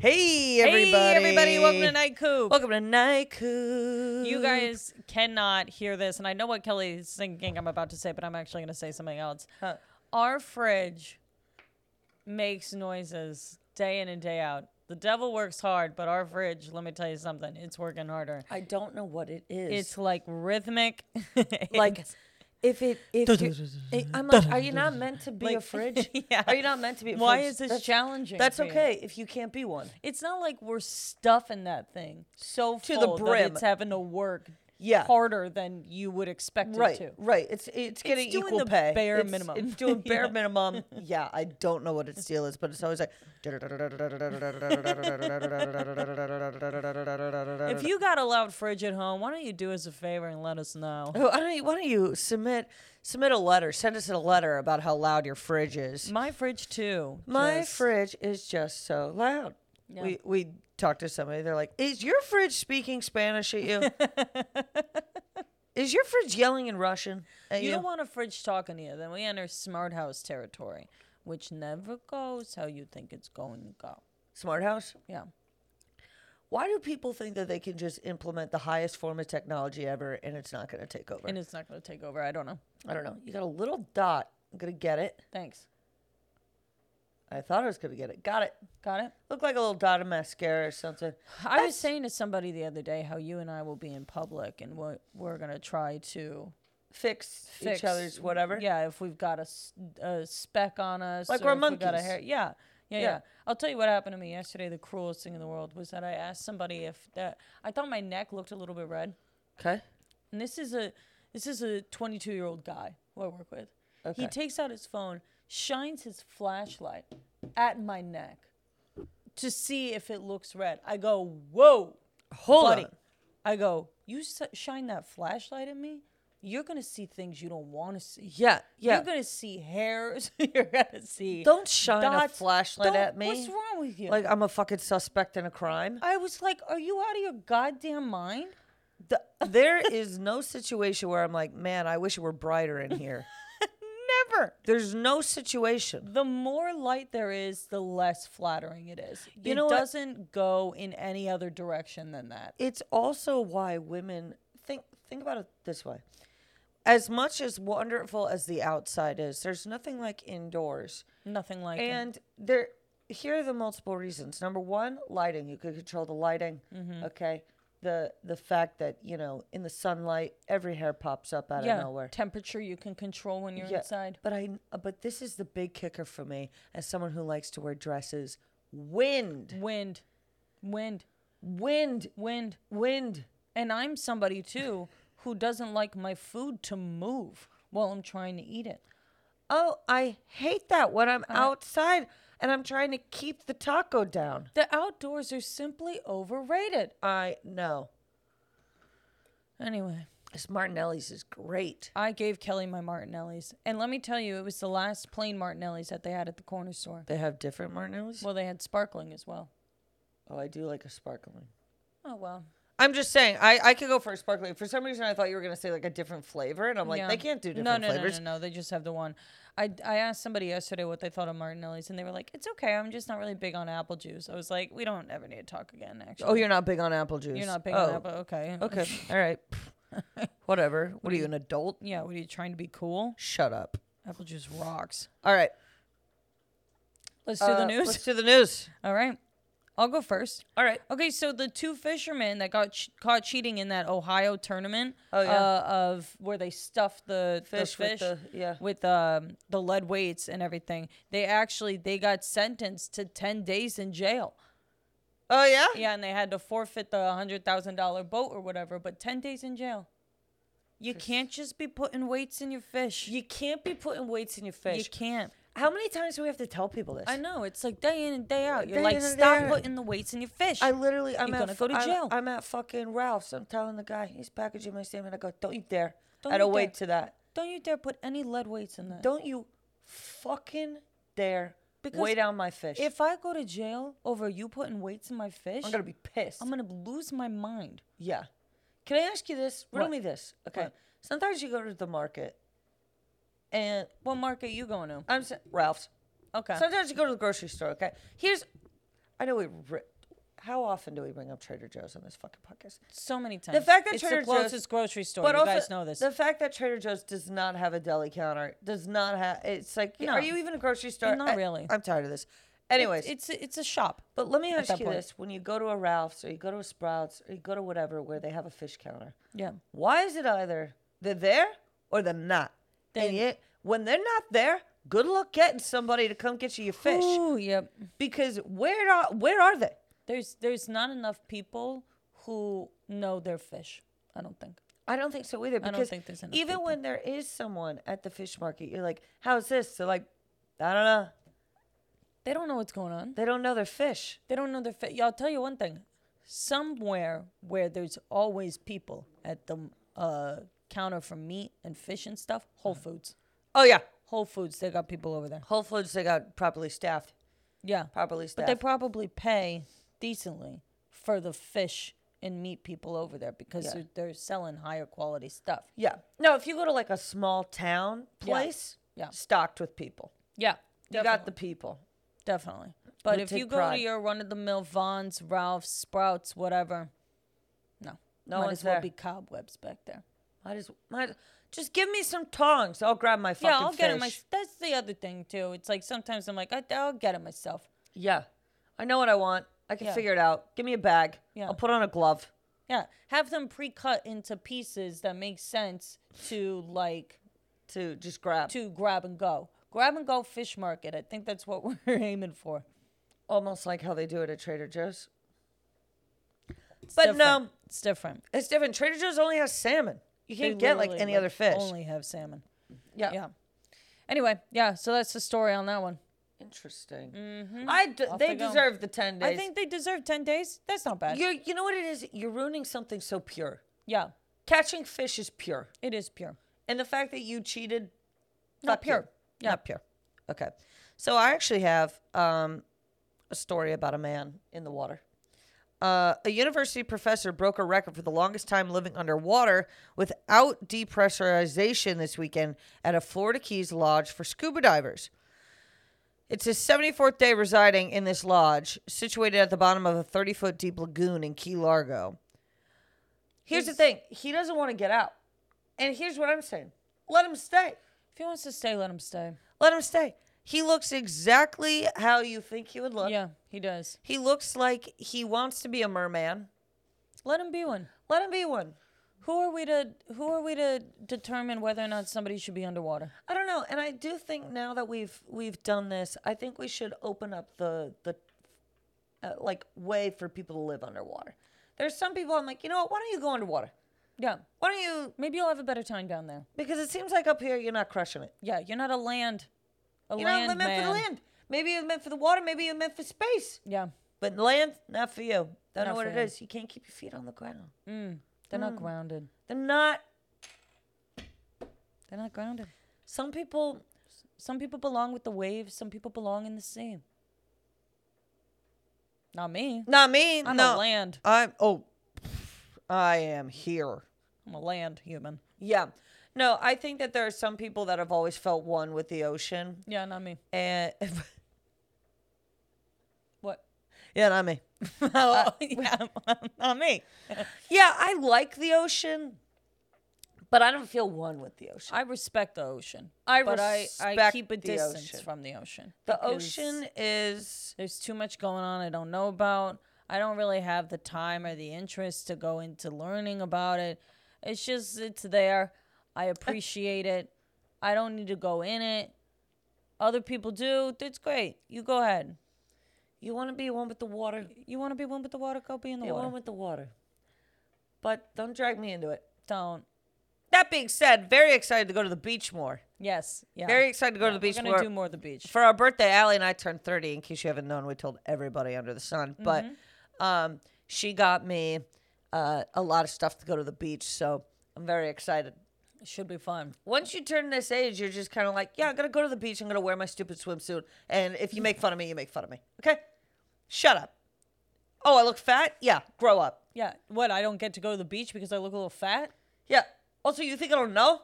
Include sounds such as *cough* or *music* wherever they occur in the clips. Hey everybody! Hey, everybody. Welcome to Night Coop. Welcome to Night Coop. You guys cannot hear this, and I know what Kelly's thinking I'm about to say, but I'm actually going to say something else. Huh. Our fridge makes noises day in and day out. The devil works hard, but our fridge, let me tell you something, it's working harder. I don't know what it is. It's like rhythmic. *laughs* like if it if you- it- I'm like, are you not meant to be a Like- fridge? *laughs* *laughs* Yeah. Are you not meant to be? A Why fridge? is this That's- challenging That's for you? okay if you can't be one. it's not like we're stuffing that thing so To the full that brim. it's having to work Yeah. harder than you would expect right. it to. Right. It's it's getting doing equal the pay. bare It's- minimum. It's doing bare Yeah. minimum. *laughs* Yeah. I don't know what its deal is, but it's always like. If you got a loud fridge at home, why don't you do us a favor and let us know? Oh, Why don't you, why don't you submit submit a letter? Send us a letter about how loud your fridge is. My fridge too. My just- fridge is just so loud. Yeah. We we talked to somebody. They're like, "Is your fridge speaking Spanish at *laughs* you? is your fridge yelling in Russian at you?" You don't want a fridge talking to you. Then we enter smart house territory, which never goes how you think it's going to go. Smart house. Yeah. Why do people think that they can just implement the highest form of technology ever and it's not going to take over? And it's not going to take over. I don't know. I don't know. You got a little dot. I'm gonna get it. Thanks. I thought I was gonna get it. Got it. Got it? Looked like a little dot of mascara or something. I was saying to somebody the other day how you and I will be in public and what we're going to try to Fix, fix each other's whatever. Yeah, if we've got a, s- a speck on us, Like or we're if we got a monkeys. hair. Yeah, yeah, yeah, Yeah. I'll tell you what happened to me yesterday. The cruelest thing in the world was that I asked somebody if that I thought my neck looked a little bit red, Okay. and this is a this is a 22 year old guy who I work with. He Okay. takes out his phone, shines his flashlight at my neck to see if it looks red. I go, whoa. Hold buddy. on. I go, you s- shine that flashlight at me, you're gonna see things you don't want to see. Yeah. Yeah. You're gonna see hairs. *laughs* You're gonna see. Don't shine a dots. flashlight Don't- at me. What's wrong with you? Like I'm a fucking suspect in a crime. I was like, are you out of your goddamn mind? *laughs* Th- there is no situation where I'm like, man, I wish it were brighter in here. Never. There's no situation. The more light there is, the less flattering it is. You it know what? doesn't go in any other direction than that. It's also why women think think about it this way. As much as wonderful as the outside is, there's nothing like indoors. Nothing like it. And there, here are the multiple reasons. Number one, lighting. You could control the lighting. Okay. The the fact that you know in the sunlight, every hair pops up out yeah, of nowhere. temperature you can control when you're Yeah, inside. But I. uh, But this is the big kicker for me as someone who likes to wear dresses. Wind, Wind, wind, wind, wind. wind. And I'm somebody too who doesn't like my food to move while I'm trying to eat it. Oh, I hate that when I'm outside and I'm trying to keep the taco down. The outdoors are simply overrated. I know. Anyway, This Martinelli's is great. I gave Kelly my Martinelli's. And let me tell you, it was the last plain Martinelli's that they had at the corner store. They have different Martinelli's. Well, they had sparkling as well. Oh, I do like a sparkling. Oh, well. I'm just saying, I, I could go for a sparkling. For some reason, I thought you were going to say like a different flavor, and I'm like, Yeah. they can't do No, different no, flavors. No, no, no, They just have the one. I, I asked somebody yesterday what they thought of Martinelli's, and they were like, it's okay. I'm just not really big on apple juice. I was like, we don't ever need to talk again, actually. Oh, you're not big on apple juice. You're not big on Oh, apple. Okay. Okay. All right. *laughs* Whatever. What are you, an adult? Yeah, what are you trying to be cool? Shut up. Apple juice rocks. All right. Let's do uh, the news. Let's do the news. *laughs* All right. I'll go first. All right. Okay, so the two fishermen that got ch- caught cheating in that Ohio tournament Oh, yeah. uh, of where they stuffed the the Fish with fish the- yeah. with, um, the lead weights and everything, they actually they got sentenced to 10 days in jail. Oh, yeah? Yeah, and they had to forfeit the $100,000 boat or whatever, but 10 days in jail. You can't just be putting weights in your fish. You, You can't be putting weights in your fish. can't. How many times do we have to tell people this? I know. It's like day in and day out. You're Day like, in and day stop out." putting the weights in your fish. I literally, I'm You're at, gonna go to I'm- jail. I'm at fucking Ralph's. I'm telling the guy he's packaging my salmon. I go, don't you dare. Don't I don't you wait dare. to that. Don't you dare put any lead weights in that. Don't you fucking dare Because weigh down my fish. If I go to jail over you putting weights in my fish, I'm gonna be pissed. I'm gonna lose my mind. yeah. Can I ask you this? Riddle What? me this. Okay. What? Sometimes you go to the market, and What market are you going to? I'm s- Ralph's. Okay. Sometimes you go to the grocery store. Okay. Here's, I know we. Ri- how often do we bring up Trader Joe's on this fucking podcast? So many times. fact that it's Trader the Joe's- closest grocery store. Oh, you guys know this. the fact that Trader Joe's does not have a deli counter does not have. It's like, No. are you even a grocery store? Not I- really. I'm tired of this. Anyways, it's it's a shop. but let me ask that you point. this: When you go to a Ralph's or you go to a Sprouts or you go to whatever where they have a fish counter, Yeah. why is it either they're there or they're not? They- and yet, when they're not there, good luck getting somebody to come get you your fish Ooh, yep. because where are where are they? There's there's not enough people who know their fish. I don't think. I don't think so either. don't Because think there's enough even people. when there is someone at the fish market, you're like, "How's this?" They're like, "I don't know." They don't know what's going on. They don't know their fish. They don't know their fish. I'll tell you one thing. Somewhere where there's always people at the uh, counter for meat and fish and stuff, Whole Foods. Oh yeah, Whole Foods, they got people over there. Whole Foods they got properly staffed. Yeah. Properly But staffed. they probably pay decently for the fish and meat people over there because Yeah. they're, they're selling higher quality stuff. yeah. No, if you go to like a small town place, Yeah. stocked with people. Yeah. You got the people. Definitely. But We if you take go pride. to your run of the mill Vons, Ralph's, Sprouts, whatever, no. No Might one's as well there. be cobwebs back there. Might as might just give me some tongs. I'll grab my fucking yeah, I'll get it fish. myself. That's the other thing, too. It's like sometimes I'm like, I, I'll get it myself. Yeah. I know what I want. I can Yeah. figure it out. Give me a bag. Yeah. I'll put on a glove. Yeah. Have them pre cut into pieces that make sense to like To just grab. to grab and go. Grab and go fish market. I think that's what *laughs* we're aiming for. Almost like how they do it at Trader Joe's. It's But different. no, it's different. it's different. Trader Joe's only has salmon. You can't get like literally, any other fish. Only have salmon. yeah. Yeah. Anyway, yeah. So that's the story on that one. Interesting. I d- Mm-hmm. Off they they go. deserve the ten days. I think they deserve ten days. That's not bad. you you know what it is. You're ruining something so pure. yeah, Catching fish is pure, it is pure. and the fact that you cheated, Not fuck you. pure. Yeah. not pure. Okay, so I actually have um, a story about a man in the water. Uh, a university professor broke a record for the longest time living underwater without depressurization this weekend at a Florida Keys lodge for scuba divers. It's his 74th day residing in this lodge, situated at the bottom of a 30 foot deep lagoon in Key Largo. Here's the thing he doesn't want to get out. And here's what I'm saying let him stay. If he wants to stay, let him stay. Let him stay. He looks exactly how you think he would look. Yeah, he does. He looks like he wants to be a merman. Let him be one. Let him be one. Who are we to Who are we to determine whether or not somebody should be underwater? I don't know, and I do think now that we've we've done this, I think we should open up the the uh, like way for people to live underwater. There's some people I'm like, you know what? Why don't you go underwater? Yeah, Why don't you? maybe you'll have a better time down there. Because it seems like up here you're not crushing it. Yeah, you're not a land. A You're land not meant for the man. land. Maybe you're meant for the water. Maybe you're meant for space. Yeah, But land, not for you. Don't know Not what for it you. is. You can't keep your feet on the ground. Mm. they're not grounded. They're not. They're not grounded. Some people Some people belong with the waves. Some people belong in the sea. Not me. Not me. I'm no. a land. I'm oh, I am here. I'm a land human. Yeah. No, I think that there are some people that have always felt one with the ocean, Yeah, not me. and *laughs* What? yeah, not me. *laughs* Uh, Oh, *laughs* yeah, not me. Yeah, I like the ocean, but I don't feel one with the ocean. I respect the ocean. I but I, I respect keep the a distance ocean. from the ocean. The because ocean is There's too much going on I don't know about. I don't really have the time or the interest to go into learning about it. It's just, it's there. *laughs* I appreciate it. I don't need to go in it. Other people do. It's great. You go ahead. you want to be one with the water. You want to be one with the water? Go be in the Be water. one with the water, but don't drag me into it. don't. That being said, very excited to go to the beach more. Yes. Yeah. Very excited to go to the We're beach going more. to do more of the beach. for our birthday, Allie and I turned 30. In case you haven't known, we told everybody under the sun. But um, she got me uh, a lot of stuff to go to the beach. So I'm very excited. It should be fun. Once you turn this age, you're just kind of like, yeah, I'm going to go to the beach. I'm going to wear my stupid swimsuit. And if you make fun of me, you make fun of me. Okay? Shut up. Oh, I look fat? Yeah, grow up. Yeah. What? I don't get to go to the beach because I look a little fat? Yeah. Also, you think I don't know?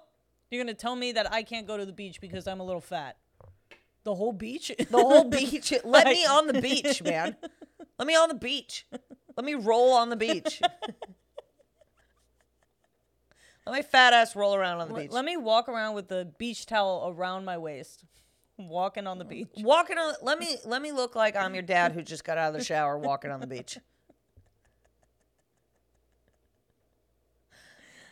You're gonna tell me that I can't go to the beach because I'm a little fat. The whole beach? *laughs* The whole beach. Let me on the beach, man. Let me on the beach. Let me roll on the beach. Let my fat ass roll around on the beach. Let me walk around with the beach towel around my waist, walking on the beach. walking on let me let me look like I'm your dad who just got out of the shower walking on the beach.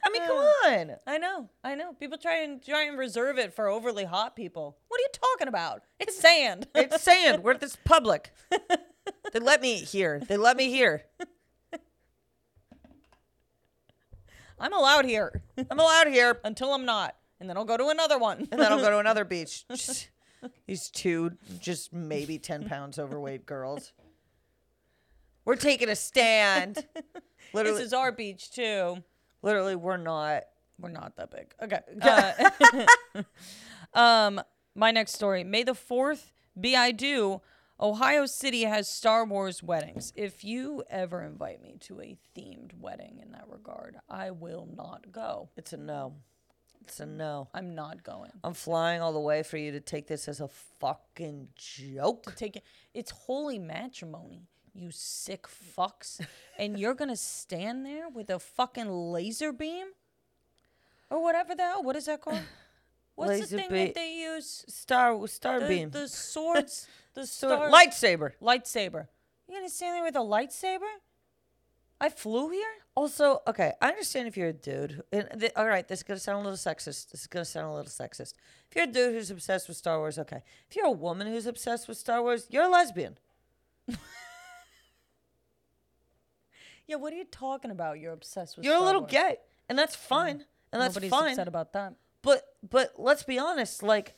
I mean, come on. I know, I know. People try and try and reserve it for overly hot people. What are you talking about? *laughs* It's sand. It's sand. We're this public. They let me here. They let me here. *laughs* I'm allowed here I'm allowed here. until I'm not, and then I'll go to another one. And then I'll go *laughs* to another beach. *laughs* Just- These two just maybe ten pounds overweight girls. We're taking a stand. *laughs* this Literally is our beach too. literally we're not. We're not that big. Okay. Uh, *laughs* um, my next story. May the fourth be I do. Ohio City has Star Wars weddings. If you ever invite me to a themed wedding in that regard, I will not go. It's a no. It's a no. I'm not *laughs* going. I'm flying all the way for you to take this as a fucking joke. Take it. It's holy matrimony, you sick fucks. and you're gonna stand there with a fucking laser beam, or whatever the hell. What is that *laughs* called? What's Laser the thing bea- that they use? Star star the, beam. *laughs* the swords, the Star- star lightsaber. lightsaber. You gonna stand there with a lightsaber? I flew here. Also, okay, I understand if you're a dude. And th- all right, this is gonna sound a little sexist. This is gonna sound a little sexist. If you're a dude who's obsessed with Star Wars, okay. If you're a woman who's obsessed with Star Wars, you're a lesbian. Yeah, what are you talking about? You're obsessed with. You're a Star little Wars. gay, and that's fine. And that's Nobody's fine. upset about that. But but let's be honest, like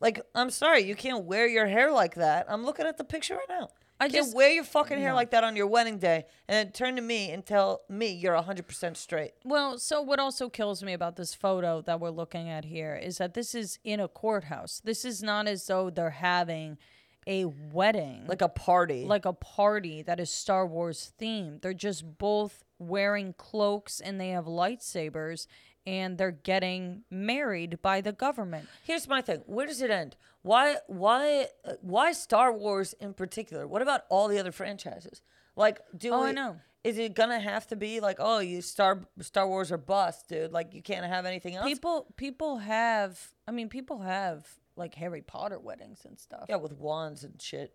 like I'm sorry, you can't wear your hair like that. I'm looking at the picture right now. I I can't just- wear your fucking hair like that on your wedding day and then turn to me and tell me you're 100% straight. Well, so what also kills me about this photo that we're looking at here is that this is in a courthouse. This is not as though they're having a wedding, Like a party. like a party that is Star Wars themed. They're just both wearing cloaks and they have lightsabers and they're getting married by the government. here's my thing. Where does it end? Why why uh, why Star Wars in particular? What about all the other franchises? Like do Oh, I we- know. Is it gonna have to be like, oh, you Star Star Wars or bust, dude? Like you can't have anything else. People people have I mean people have like Harry Potter weddings and stuff. yeah, with wands and shit.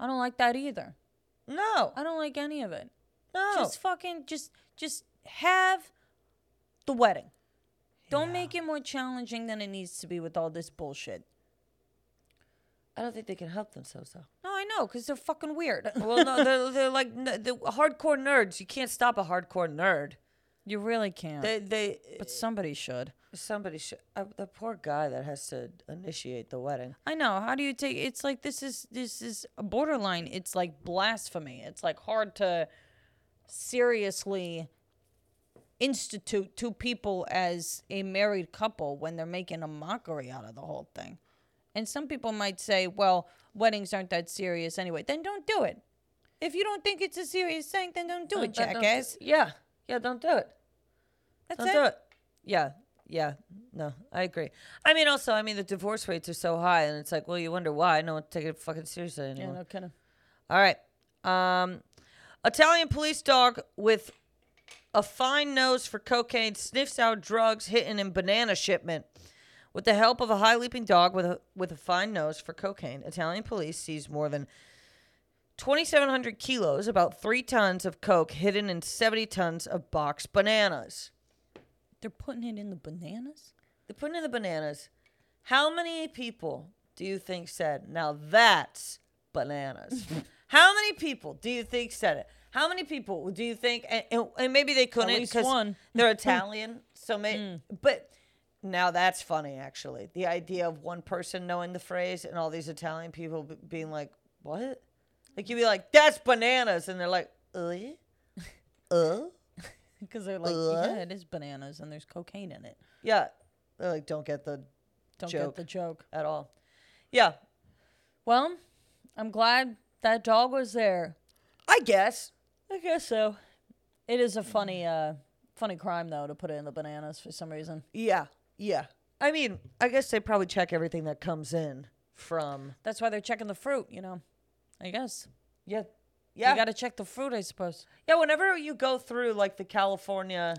I don't like that either. No, I don't like any of it. no. Just fucking just just have the wedding. Don't make it more challenging than it needs to be with all this bullshit. I don't think they can help themselves though. No, I know, because they're fucking weird. Well, no, they're, *laughs* they're like n- the hardcore nerds. You can't stop a hardcore nerd. *laughs* you really can't. They, they, but somebody should. somebody should. Uh, the poor guy that has to initiate the wedding. I know. How do you take? It's like this is this is a borderline. It's like blasphemy. It's like hard to seriously institute two people as a married couple when they're making a mockery out of the whole thing. And some people might say, "Well, weddings aren't that serious anyway." Then don't do it. If you don't think it's a serious thing, then don't do it, Don't- don't- jackass. yeah, yeah. Don't do it. That's Don't it. do it. Yeah, yeah. No, I agree. I mean, also, I mean, the divorce rates are so high, and it's like, well, you wonder why no one's taking it fucking seriously anymore. no kidding. All right. Um, Italian police dog with a fine nose for cocaine sniffs out drugs hidden in banana shipment. With the help of a high leaping dog with a, with a fine nose for cocaine, Italian police seized more than 2,700 kilos, about three tons of coke hidden in 70 tons of boxed bananas. They're putting it in the bananas. *laughs* They're putting in the bananas. How many people do you think said, now that's *laughs* bananas? How many people do you think said it? How many people do you think, and, and, and maybe they couldn't least because one. *laughs* Mm. they're Italian, so may, but now that's funny actually. The idea of one person knowing the phrase and all these Italian people b- being like, what? Like you'd be like, that's bananas, and they're like, uh, *laughs* uh, Because they're like, Uh. yeah, it is bananas, and there's cocaine in it. yeah. They're like, don't get the Don't Joke. get the joke. at all. Yeah, Well, I'm glad that dog was there. I guess. I guess so. It is a funny, uh, funny crime though to put it in the bananas for some reason. Yeah, yeah. I mean, I guess they probably check everything that comes in from. That's why they're checking the fruit, you know. I guess. Yeah, Yeah. You got to check the fruit, I suppose. yeah, whenever you go through like the California,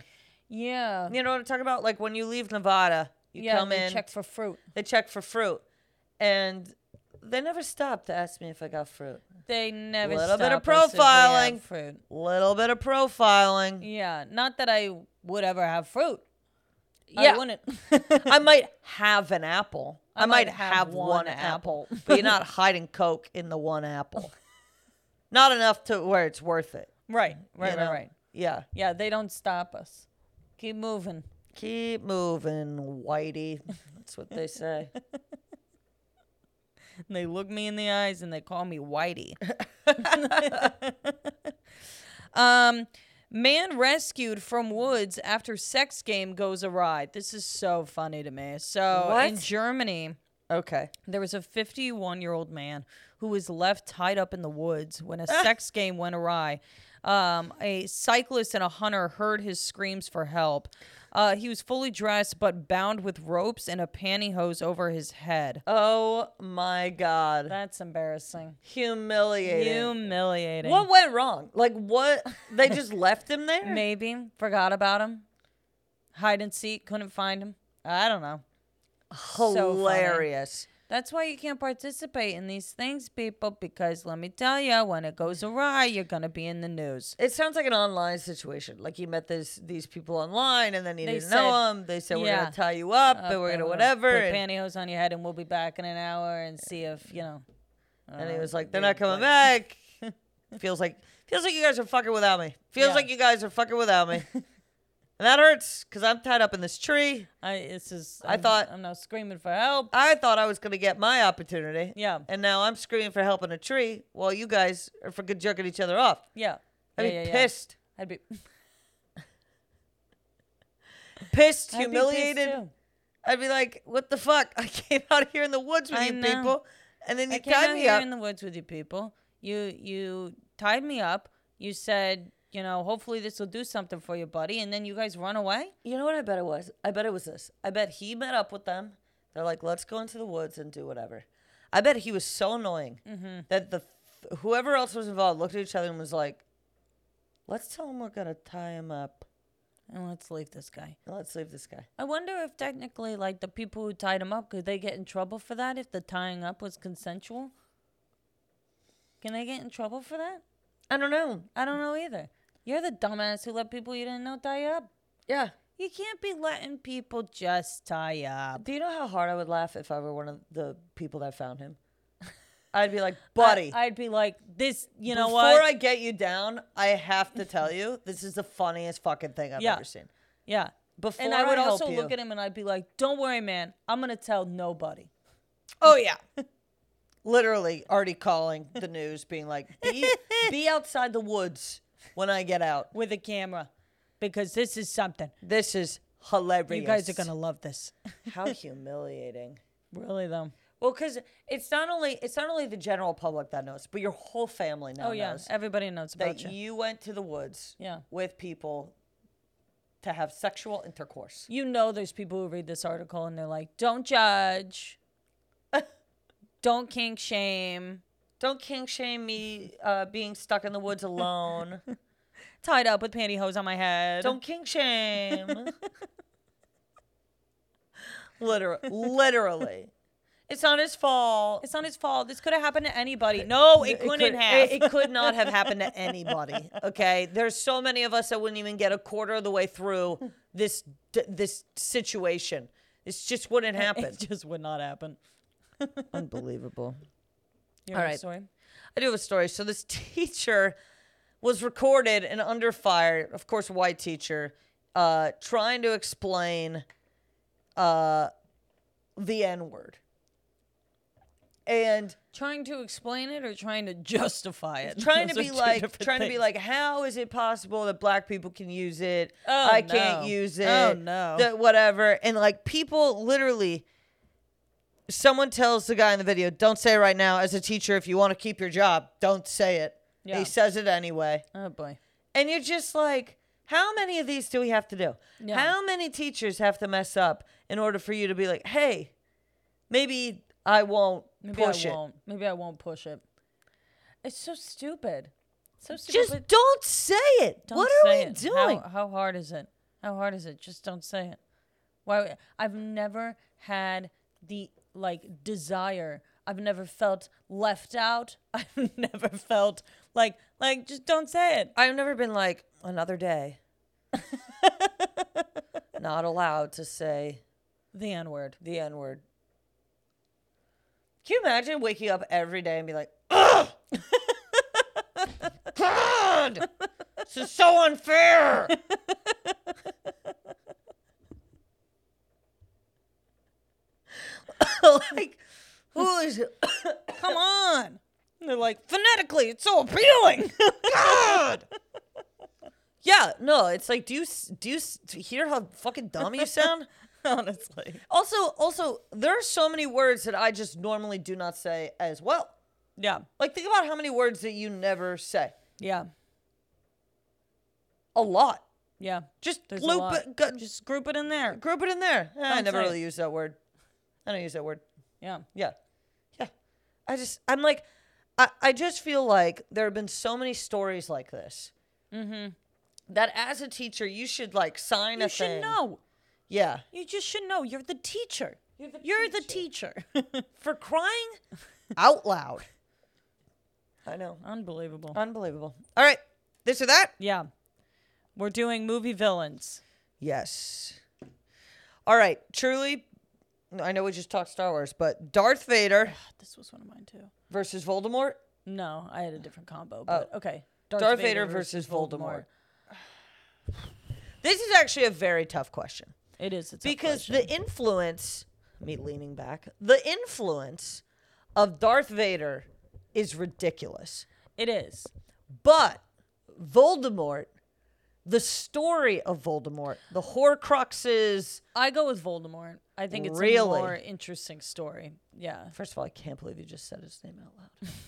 Yeah. you know what I'm talking about? Like when you leave Nevada, you yeah, come they in, check for fruit. they check for fruit. And they never stopped to ask me if I got fruit. They never Little bit of stop us if we have profiling. Fruit. Little bit of *laughs* profiling. Yeah, not that I would ever have fruit. Yeah. I wouldn't. I might have an apple. I, might, have, one, apple. apple. *laughs* but you're not hiding coke in the one apple. not enough to where it's worth it. right, right, you right, know? right. Yeah. Yeah, they don't stop us. Keep moving. Keep moving, Whitey. *laughs* That's what they say. And they look me in the eyes and they call *laughs* me Whitey. *laughs* um, man rescued from woods after sex game goes awry. This is so funny to me. So in What? Germany, okay. there was a 51 year old man who was left tied up in the woods *laughs* when a sex game went awry. Um, a cyclist and a hunter heard his screams for help. Uh, he was fully dressed but bound with ropes and a pantyhose over his head. Oh my God. That's embarrassing. Humiliating. Humiliating. what went wrong? Like, what? They just left him there? *laughs* Maybe forgot about him. Hide and seek, couldn't find him. I don't know. funny. Hilarious. That's why you can't participate in these things, people, because let me tell you, when it goes awry, you're going to be in the news. it sounds like an online situation. Like you met this these people online, and then you They didn't know 'em. know said- them. They said we're yeah. Uh, gonna tie you up, and we're gonna whatever. Put And, pantyhose on your head, and we'll be back in an hour and see if, you know. Uh, and he was like, "They're not coming back." *laughs* feels like feels like you guys are fucking without me. Feels Yeah. like you guys are fucking without me, and that hurts because I'm tied up in this tree. I, this is, I I'm- thought- I'm now screaming for help. I thought I was gonna get my opportunity, Yeah. and now I'm screaming for help in a tree while you guys are fucking jerking each other off. Yeah. I'd yeah, be yeah, yeah. pissed, I'd *laughs* be pissed, I'd be pissed humiliated. too. I'd be like, "What the fuck? *laughs* I came out here in the woods with I you know. people, and then you I came out tied me here up." in the woods with you people. You you tied me up. You said, you know, hopefully this will do something for you, buddy. And then you guys run away. You know what I bet it was? I bet it was this. I bet he met up with them. They're like, let's go into the woods and do whatever. I bet he was so annoying that the whoever else was involved looked at each other and was like, let's tell him we're gonna tie him up And let's leave this guy. and let's leave this guy. I wonder if technically, like the people who tied him up, could they get in trouble for that if the tying up was consensual? Can they get in trouble for that? I don't know. I don't know either. You're the dumbass who let people you didn't know tie you up. Yeah. You can't be letting people just tie you up. Do you know how hard I would laugh if I were one of the people that found him? *laughs* I'd be like, buddy. I, would be like, this, you know Before what? I get you down, I have to tell you, this is the funniest fucking thing I've Yeah. ever seen. Yeah. Before and I would help also you- look at him and I'd be like, "Don't worry, man. I'm gonna tell nobody." Oh yeah. Literally already calling the news, being like, be, be outside the woods when I get out. *laughs* with a camera because this is something. This is hilarious. You guys are gonna love this. *laughs* How humiliating. really though. Well, because it's not only it's not only the general public that knows, but your whole family now Oh yeah, knows everybody knows about that you. you went to the woods Yeah. with people to have sexual intercourse. You know, there's people who read this article and they're like, "Don't judge. *laughs* Don't kink shame. Don't king shame me uh, being stuck in the woods alone. *laughs* Tied up with pantyhose on my head. Don't king shame. Literally, literally, it's not his fault. *laughs* It's not his fault. This could have happened to anybody. No, it, couldn't could- have. It, it could *laughs* not have happened to anybody. Okay, there's so many of us that wouldn't even get a quarter of the way through this d- this situation. This just *laughs* wouldn't happen. It just would not happen. Unbelievable. You All know the right. story? I do have a story. So this *laughs* teacher was recorded and under fire, of course, white teacher, uh, trying to explain uh, the N word. *laughs* And Trying to explain it or trying to justify *laughs* it. trying to Those are be two like, different trying to be things. like, how is it possible that black people can use it? Oh, I can't no. use it. Oh, no. the- whatever. And like people literally, someone tells the guy in the video, don't say it right now. As a teacher, if you want to keep your job, don't say it. Yeah. He says it anyway. Oh boy. And you're just like, how many of these do we have to do? Yeah. How many teachers have to mess up in order for you to be like, hey, maybe I won't Maybe push I it? won't. Maybe I won't push it. It's so stupid. So stupid. Just but don't say it. don't what are say we it. How- doing? How, hard is it? How hard is it? Just don't say it. Why? I've never had the like desire. I've never felt left out. *laughs* I've never felt like like just don't say it. I've never been like another day. *laughs* Not allowed to say The N word. the N word. Can you imagine waking up every day and be like, ugh, *laughs* God, this is so unfair. *laughs* like, who is Come on. And they're like phonetically, it's so appealing. *laughs* God? Yeah, no, it's like, do you s- do you s- hear how fucking dumb you sound? Honestly. Also, also, there are so many words that I just normally do not say as well. Yeah. Like, think about how many words that you never say. Yeah. A lot. Yeah. Just There's a loop lot. it, gu- just Just group it in there. group it in there. Eh, I Don't never say it. really use that word. I don't use that word. Yeah. Yeah, yeah. I just, I'm like, I, I just feel like there have been so many stories like this. Mm-hmm. That as a teacher, you should like sign You a should thing. know. Yeah. You just should know. You're the teacher. You're the teacher. *laughs* For crying out loud. I know. Unbelievable. Unbelievable. All right. This or that? Yeah. We're doing movie villains. Yes. All right. Truly, I know we just talked Star Wars, but Darth Vader God, this was one of mine too. versus Voldemort. No, I had a different combo, but okay. Darth Vader versus Voldemort. This is actually a very tough question It is. It's because the influence, me leaning back, the influence of Darth Vader is ridiculous. it is. But Voldemort, the story of Voldemort, the Horcruxes. I go with Voldemort. I think it's Really? a more interesting story. Yeah. First of all, I can't believe you just said his name out loud. *laughs*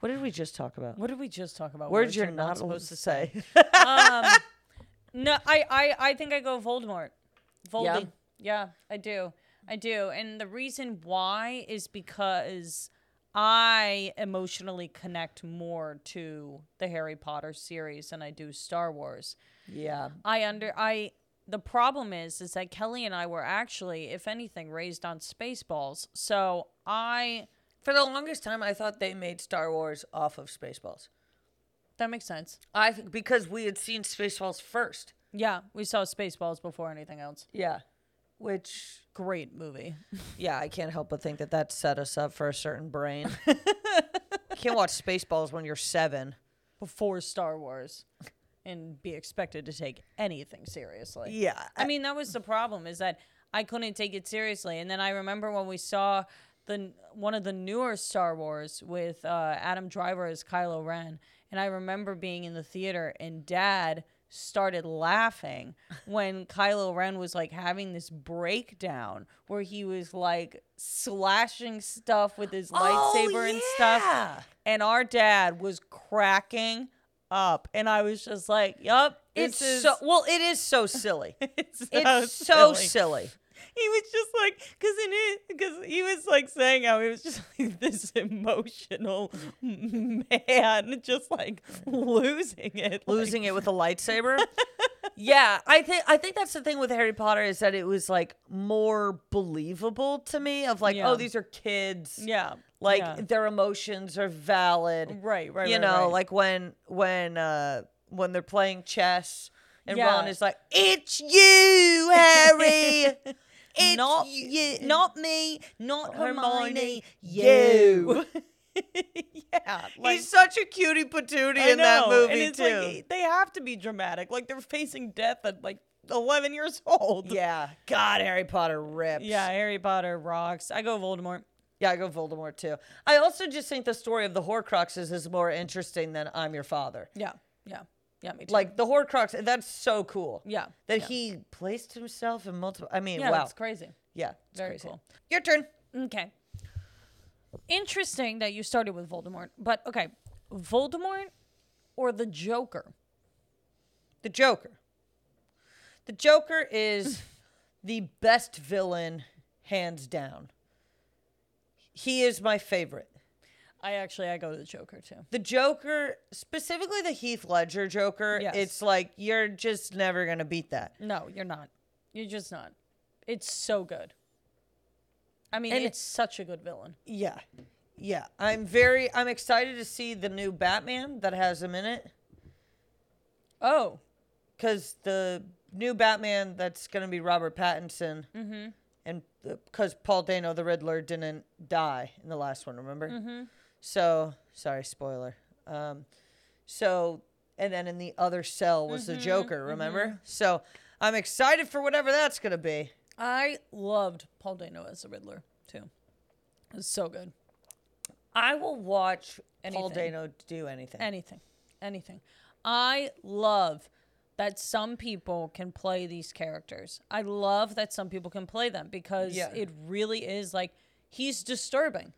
what did we just talk about? What did we just talk about? Words you're not supposed to say. *laughs* um, no, I, I, I think I go Voldemort. Voldy. Yeah? Yeah. I do. I do. And the reason why is because I emotionally connect more to the Harry Potter series than I do Star Wars. yeah. I under I the problem is is that Kelly and I were actually, if anything, raised on Spaceballs. So I For the longest time, I thought they made Star Wars off of Spaceballs. that makes sense. I think because we had seen Spaceballs first. Yeah, we saw Spaceballs before anything else. Yeah. Which, Great movie. *laughs* yeah, I can't help but think that that set us up for a certain brain. you can't watch Spaceballs when you're seven. before Star Wars and be expected to take anything seriously. Yeah. I mean, that was the problem is that I couldn't take it seriously. And then I remember when we saw the one of the newer Star Wars with uh, Adam Driver as Kylo Ren, and I remember being in the theater and Dad started laughing when Kylo Ren was like having this breakdown where he was like slashing stuff with his Oh, lightsaber and stuff and our dad was cracking up and i was just like yup It's this is so, well, it is so silly. it's, It's so silly." silly. he was just like because in it because he was like saying how he was just *laughs* like this emotional man just like losing it like- Losing it with a lightsaber. yeah, I think I think that's the thing with Harry Potter is that it was like more believable to me of like, Yeah. oh, these are kids. yeah Like yeah. their emotions are valid. right right you right, know, right. like when when uh when they're playing chess and Ron Yeah. is like, It's you, *laughs* Harry. it's Not- you. not me not hermione, Hermione, *laughs* you yeah He's such a cutie patootie in that movie and it's too. Like, eh, they have to be dramatic. Like they're facing death at like 11 years old. yeah. God, Harry Potter rips. Yeah, Harry Potter rocks. I go Voldemort. Yeah, I go Voldemort too. I also just think the story of the Horcruxes is more interesting than I'm your father. Yeah. Yeah. Yeah, me too. Like the Horcrux, that's so cool. yeah. That yeah. he placed himself in multiple. I mean, Yeah, wow. that's crazy. yeah, it's Very crazy. cool. Your turn. Okay. Interesting that you started with Voldemort, but okay. Voldemort or the Joker? The Joker. The Joker *laughs* is the best villain, hands down. He is my favorite. I actually I go to the Joker too. The Joker, specifically the Heath Ledger Joker, Yes. it's like you're just never gonna beat that. No, you're not. You're just not. It's so good. I mean, And- it's such a good villain. Yeah. Yeah. I'm very I'm excited to see the new Batman that has him in it. Oh, Cause the new Batman that's gonna be Robert Pattinson Mm-hmm. and because Paul Dano the Riddler didn't die in the last one, remember? Mm-hmm. So sorry, spoiler. Um, so and then in the other cell was Mm-hmm, the Joker, remember? So I'm excited for whatever that's gonna be. I loved Paul Dano as the Riddler too. It was so good. I will watch Paul Dano do anything. anything, anything. I love that some people can play these characters. I love that some people can play them because Yeah. it really is like he's disturbing.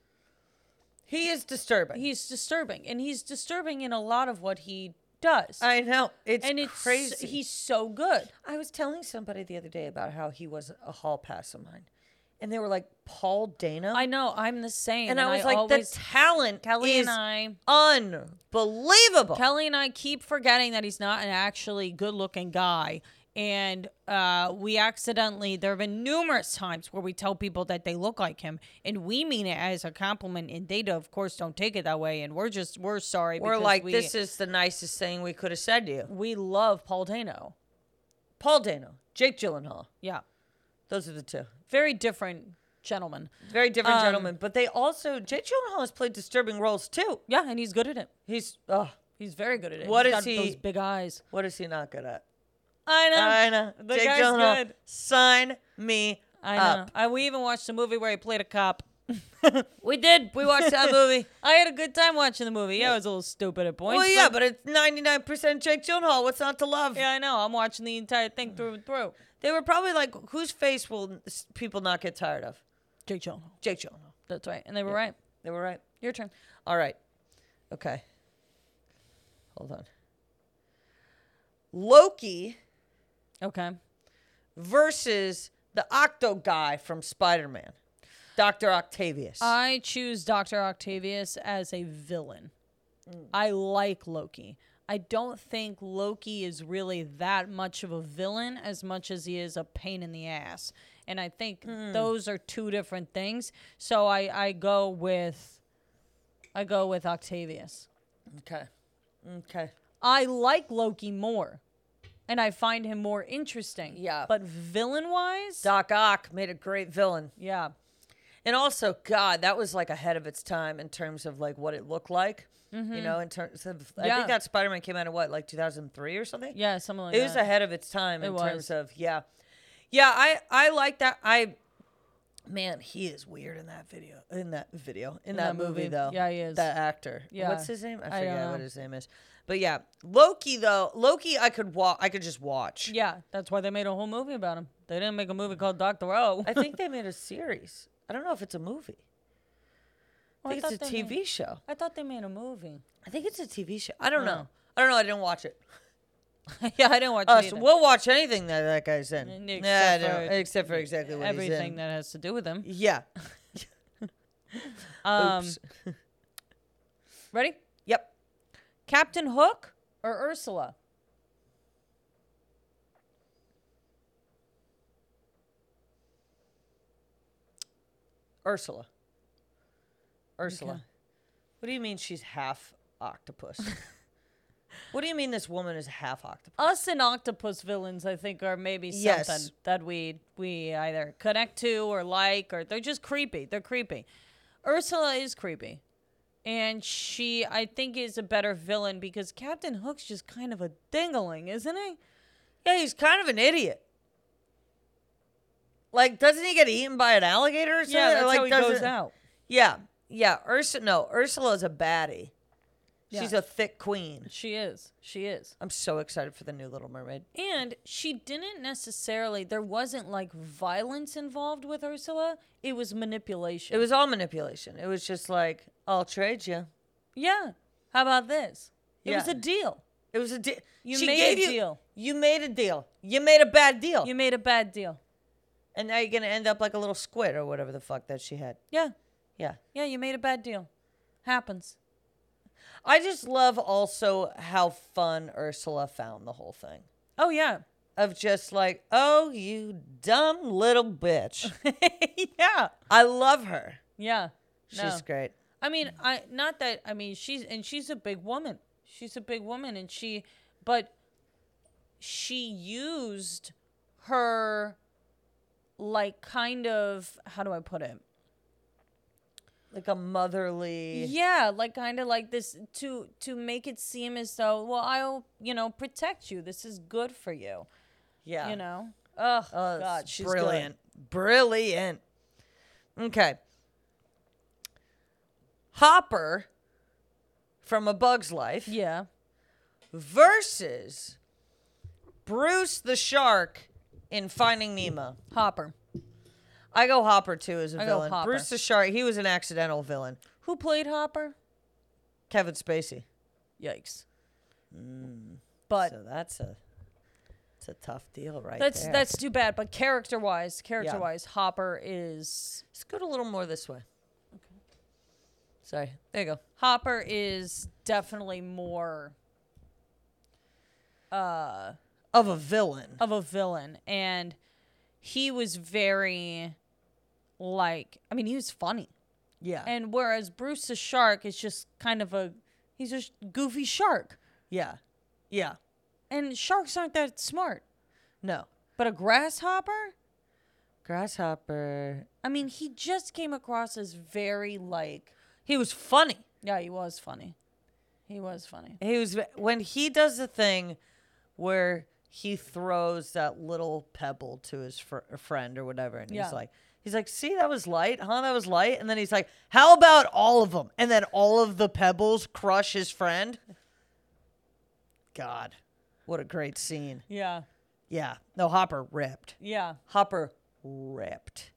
he is disturbing. He's disturbing, and he's disturbing in a lot of what he does. I know it's and it's crazy. he's so good. I was telling somebody the other day about how he was a hall pass of mine, and they were like Paul Dano, I know. I'm the same. and, I was like, always, the talent Kelly is and I. unbelievable. Kelly and I keep forgetting that he's not an actually good looking guy. And uh, we accidentally, there have been numerous times where we tell people that they look like him, and we mean it as a compliment, and they, of course, don't take it that way. And we're just, we're sorry. We're because like, we, this is the nicest thing we could have said to you. we love Paul Dano. Paul Dano, Jake Gyllenhaal. Yeah. Those are the two. Very different gentleman. Very different Um, gentlemen, but they also Jake Gyllenhaal has played disturbing roles too. Yeah, and he's good at it. He's oh, He's very good at it. What He's is got he- Those big eyes. what is he not good at? I know. I know. The Jake guy's Gyllenhaal, good. sign me I know. up. I, we even watched a movie where he played a cop. *laughs* We did. We watched that movie. I had a good time watching the movie. Yeah, it was a little stupid at points. Well, yeah, but it's ninety nine percent Jake Gyllenhaal. What's not to love? yeah, I know. I'm watching the entire thing through and through. They were probably like, whose face will s- people not get tired of? Jake Gyllenhaal. Jake Gyllenhaal. That's right. And they were right. They were right. Your turn. All right. Okay. Hold on. Loki Okay. versus the Octo guy from Spider Man, Doctor Octavius. I choose Dr. Octavius as a villain. Mm. I like Loki. I don't think Loki is really that much of a villain as much as he is a pain in the ass. And I think Mm. those are two different things. So I, I go with I go with Octavius. okay. Okay. I like Loki more, and I find him more interesting. Yeah. But villain wise, Doc Ock made a great villain. yeah, And also, God, that was like ahead of its time in terms of like what it looked like. You know, in terms of I Yeah. think that Spider Man came out in what, like two thousand three or something? yeah, something like It was that. ahead of its time It in was. terms of yeah. Yeah, I I like that. I man, he is weird in that video in that video. In, that, that movie, movie. though. Yeah, he is. That actor. Yeah. What's his name? I I don't forget what know. his name is. But yeah. Loki though, Loki I could wa- I could just watch. yeah, that's why they made a whole movie about him. They didn't make a movie called Doctor O. I think they made a series. I don't know if it's a movie. I Well, think it's thought a they TV Made, show. I thought they made a movie. *laughs* I think it's a TV show. I don't Huh. know. I don't know. I didn't watch it. yeah, I didn't watch Uh, it so either. we'll watch anything that that guy's in. And Yeah, except I for don't- except for exactly what he's Everything in. that has to do with him. *laughs* yeah. Um, Oops. ready? Yep. Captain Hook or Ursula? Ursula. Ursula. Okay. What do you mean she's half octopus? *laughs* what do you mean this woman is half octopus? us and octopus villains i think are maybe something Yes. that we we either connect to or like or they're just creepy they're creepy ursula is creepy and she i think is a better villain because captain hook's just kind of a dingling isn't he Yeah, he's kind of an idiot. Like, doesn't he get eaten by an alligator or something? yeah that's like, how he goes doesn't- out Yeah, yeah. Ursula, no, Ursula's a baddie. She's Yeah. a thick queen. she is she is I'm so excited for the new Little Mermaid. and she didn't necessarily there wasn't like violence involved with ursula it was manipulation It was all manipulation. It was just like, I'll trade you. yeah how about this it was Yeah. a deal It was a deal. You made a deal. You made a deal. You made a bad deal. you made a bad deal and now you're gonna end up like a little squid or whatever the fuck that she had. yeah Yeah, Yeah, you made a bad deal. Happens. I just love also how fun Ursula found the whole thing. Oh yeah. *laughs* Of just like, oh, you dumb little *laughs* bitch. yeah. I love her. Yeah. She's No. great. I mean, I not that I mean she's and she's a big woman. She's a big woman and she but she used her like kind of how do I put it? Like a motherly. Yeah, like kind of like this to to make it seem as though, well, I'll, you know, protect you. This is good for you. Yeah. You know. Oh, Oh, god, it's she's good. brilliant. Brilliant. Okay. Hopper from A Bug's Life Yeah. versus Bruce the Shark in Finding Nemo. Hopper. I go Hopper too as a I go villain. Hopper. Bruce the Shark, he was an accidental villain. Who played Hopper? Kevin Spacey. Yikes. But Mm. so that's a it's a tough deal right that's there. that's too bad. But character wise, character wise, Hopper is scoot a little more this way. Okay. Sorry. There you go. Hopper is definitely more uh Of a villain. of a villain and he was very like I mean he was funny. Yeah. And whereas Bruce the shark is just kind of a he's a sh- goofy shark. yeah. Yeah. And sharks aren't that smart. No. But a grasshopper? Grasshopper. I mean, he just came across as very like He was funny. Yeah, he was funny. He was funny. He was when he does the thing where he throws that little pebble to his fr- friend or whatever, and Yeah. he's like, he's like, see, that was light, huh? That was light. And then he's like, how about all of them? And then all of the pebbles crush his friend. God, what a great scene. Yeah. Yeah, no, Hopper ripped. Yeah. Hopper ripped.